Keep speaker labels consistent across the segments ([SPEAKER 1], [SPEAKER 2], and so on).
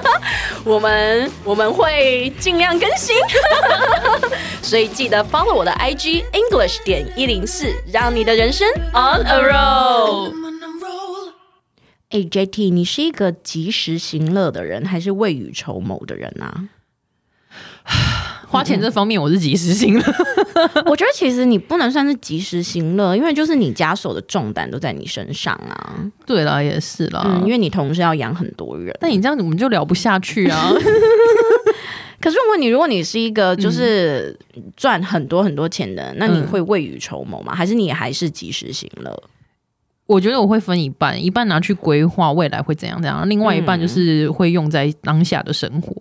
[SPEAKER 1] 我们我们会尽量更新， 所以记得 follow 我的 IG English 点一零四，让你的人生 on a roll。哎、j t 你是一个及时行乐的人，还是未雨绸缪的人啊？
[SPEAKER 2] 花钱这方面我是及时行乐，
[SPEAKER 1] 我觉得其实你不能算是及时行乐，因为就是你家所有的重担都在你身上啊。
[SPEAKER 2] 对啦，也是啦。
[SPEAKER 1] 嗯，因为你同时要养很多人。
[SPEAKER 2] 但你这样我们就聊不下去 啊！
[SPEAKER 1] 可是问你，如果你是一个就是赚很多很多钱的人，那你
[SPEAKER 2] 嗯
[SPEAKER 1] 会未雨绸缪吗？还是你还是及时行乐？
[SPEAKER 2] 我觉得我会分一半，一半拿去规划未来会怎样怎样，另外一半就是会用在当下的生活，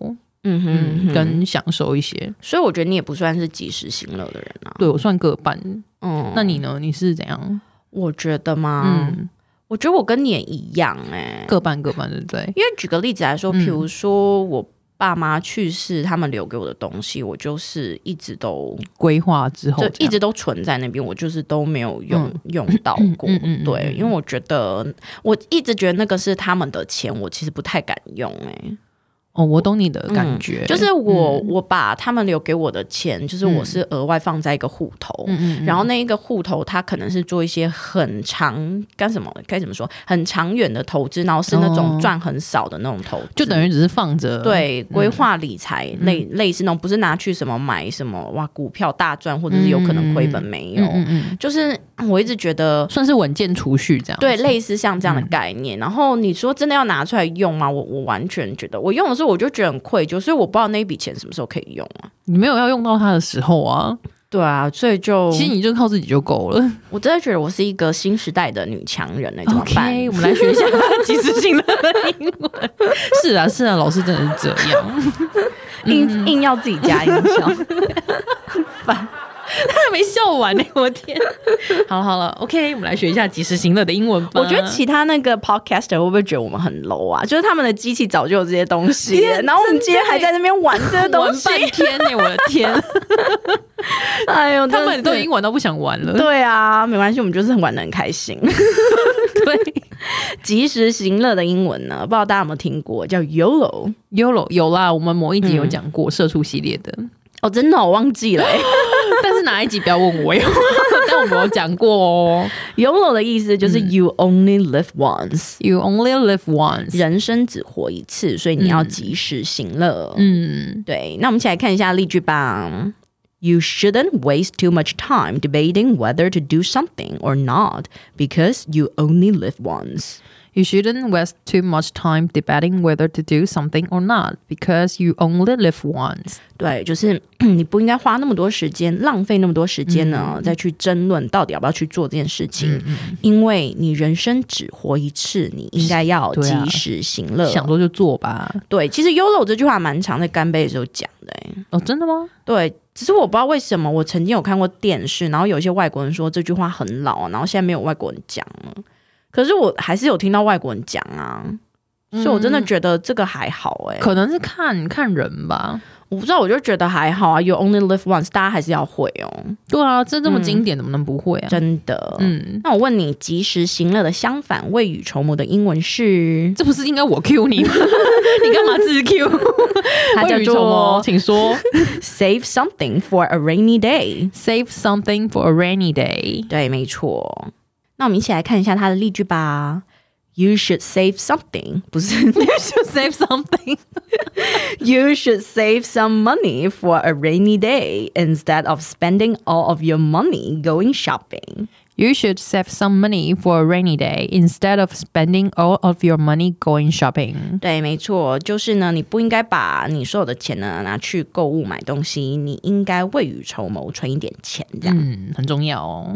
[SPEAKER 1] 嗯哼，
[SPEAKER 2] 嗯，
[SPEAKER 1] 嗯跟
[SPEAKER 2] 跟享受一些。
[SPEAKER 1] 所以我觉得你也不算是及时行乐的人啊。
[SPEAKER 2] 对我算各半，
[SPEAKER 1] 嗯，
[SPEAKER 2] 那你呢？你是怎样？
[SPEAKER 1] 我觉得嘛，
[SPEAKER 2] 嗯，
[SPEAKER 1] 我觉得我跟你也一样哎、
[SPEAKER 2] 各半各半，对不对？
[SPEAKER 1] 因为举个例子来说，
[SPEAKER 2] 嗯
[SPEAKER 1] 比如说我爸妈去世，他们留给我的东西，我就是一直都
[SPEAKER 2] 规划之后
[SPEAKER 1] 就
[SPEAKER 2] 这
[SPEAKER 1] 一
[SPEAKER 2] 样
[SPEAKER 1] 直都存在那边，我就是都没有用、用到过。
[SPEAKER 2] 嗯嗯嗯
[SPEAKER 1] 对，因为我觉得我一直觉得那个是他们的钱，我其实不太敢用哎、
[SPEAKER 2] 哦，我懂你的感觉，
[SPEAKER 1] 就是我、
[SPEAKER 2] 嗯
[SPEAKER 1] 我把他们留给我的钱，就是我是额外放在一个户头，
[SPEAKER 2] 嗯嗯
[SPEAKER 1] 然后那一个户头，它可能是做一些很长干什么该怎么说很长远的投资，然后是那种
[SPEAKER 2] 哦
[SPEAKER 1] 赚很少的那种投资，
[SPEAKER 2] 就等于嗯只是放着，，
[SPEAKER 1] 对规划理财类、类似那种，不是拿去什么买什么哇股票大赚，或者是有可能亏本没有，
[SPEAKER 2] 嗯嗯，
[SPEAKER 1] 就是 我一直觉得。
[SPEAKER 2] 算是稳健储蓄这样子，
[SPEAKER 1] 对，类似像这
[SPEAKER 2] 嗯
[SPEAKER 1] 样的概念，然后你说真的要拿出来用吗？我我完全觉得，我用的时候我就觉得很愧疚，所以我不知道那一笔钱什么时候可以用啊。
[SPEAKER 2] 你没有要用到它的时候啊，
[SPEAKER 1] 对啊，所以就
[SPEAKER 2] 其实你就靠自己就够了。
[SPEAKER 1] 我真的觉得我是一个新时代的女强人哎、怎么办
[SPEAKER 2] OK，我们来学一 下即时性的英文。是啊，是啊，老师真的是这样， 嗯
[SPEAKER 1] 硬硬要自己加音效。
[SPEAKER 2] 他还没笑完呢、我的天！好了好了，OK，我们来学一下即时行乐的英文吧。
[SPEAKER 1] 我觉得其他那个 podcaster 会不会觉得我们很 low 啊？就是他们的机器早就有这些东西了，然后我们今天
[SPEAKER 2] 欸
[SPEAKER 1] 还在那边玩这些东
[SPEAKER 2] 玩
[SPEAKER 1] 西，
[SPEAKER 2] 半天呢、我的 天，
[SPEAKER 1] 哎呦，
[SPEAKER 2] 他们都已
[SPEAKER 1] 真的是
[SPEAKER 2] 经玩到不想 玩了。
[SPEAKER 1] 对啊，没关系，我们就是玩的很开 心。
[SPEAKER 2] 对
[SPEAKER 1] 及时行乐的英文呢，不知道大家有没有听过叫 YOLO？
[SPEAKER 2] ，YOLO 有啦，我们某一集有讲过社畜系列的，
[SPEAKER 1] 哦，真的、哦、我忘记了、 欸。
[SPEAKER 2] 但是哪一集不要问我哟， 但我们有讲过哦。
[SPEAKER 1] YOLO 的意思就是 You only live once，、
[SPEAKER 2] You only live once。
[SPEAKER 1] 人生只活一次，所以你要及时行乐。
[SPEAKER 2] 嗯，
[SPEAKER 1] 对，那我们一起来看一下例句吧。You shouldn't waste too much time debating whether to do something or not because you only live once.
[SPEAKER 2] You shouldn't waste too much time debating whether to do something or not because you only live once.
[SPEAKER 1] 对，就是 你不应该花那么多时间，浪费那么多时间
[SPEAKER 2] 嗯
[SPEAKER 1] 呢，再去争论到底要不要去做这件事情，因为你人生只活一次，你应该要
[SPEAKER 2] 对啊
[SPEAKER 1] 及时行乐。
[SPEAKER 2] 想做就做吧。
[SPEAKER 1] 对，其实 “yolo” 这句话蛮常在干杯的时候讲的、欸。
[SPEAKER 2] 哦，真的吗？
[SPEAKER 1] 对，只是我不知道为什么，我曾经有看过电视，然后有一些外国人说这句话很老，然后现在没有外国人讲了。可是我还是有听到外国人讲啊，所以我真的觉得这个还好哎、
[SPEAKER 2] 嗯可能是看看人吧。
[SPEAKER 1] 我不知道，我就觉得还好啊。You only live once，大家还是要会哦，
[SPEAKER 2] 对啊，这这么经典，怎么能不会啊？
[SPEAKER 1] 真的。
[SPEAKER 2] 嗯，
[SPEAKER 1] 那我问你，及时行乐的相反，未雨绸缪的英文是？
[SPEAKER 2] 这不是应该我 Q 你 吗？你干嘛自 Q？
[SPEAKER 1] 它叫
[SPEAKER 2] 未雨绸
[SPEAKER 1] 做
[SPEAKER 2] 缪请说
[SPEAKER 1] save something for a rainy day。
[SPEAKER 2] save something for a rainy day。
[SPEAKER 1] 对，没错。那我们一起来看一下它的例句吧。You should save something，不 是
[SPEAKER 2] save something。
[SPEAKER 1] You should save some money for a rainy day instead of spending all of your money going shopping.
[SPEAKER 2] You should save some money for a rainy day instead of spending all of your money going shopping。
[SPEAKER 1] 对，没错，就是呢，你不应该把你所有的钱呢拿去购物买东西，你应该未雨绸缪，存一点钱这样。
[SPEAKER 2] 嗯，很重要哦。